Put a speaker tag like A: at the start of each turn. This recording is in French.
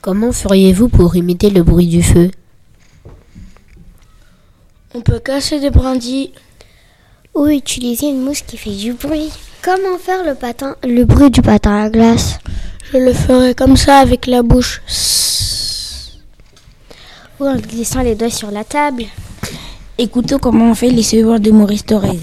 A: Comment feriez-vous pour imiter le bruit du feu
B: On peut casser des brindilles.
C: Ou utiliser une mousse qui fait du bruit. Comment faire le, patin, le bruit du patin à glace
B: Je le ferai comme ça avec la bouche. Sss.
C: Ou en glissant les doigts sur la table
D: Écoutons comment on fait les suiveurs de Maurice Thorez.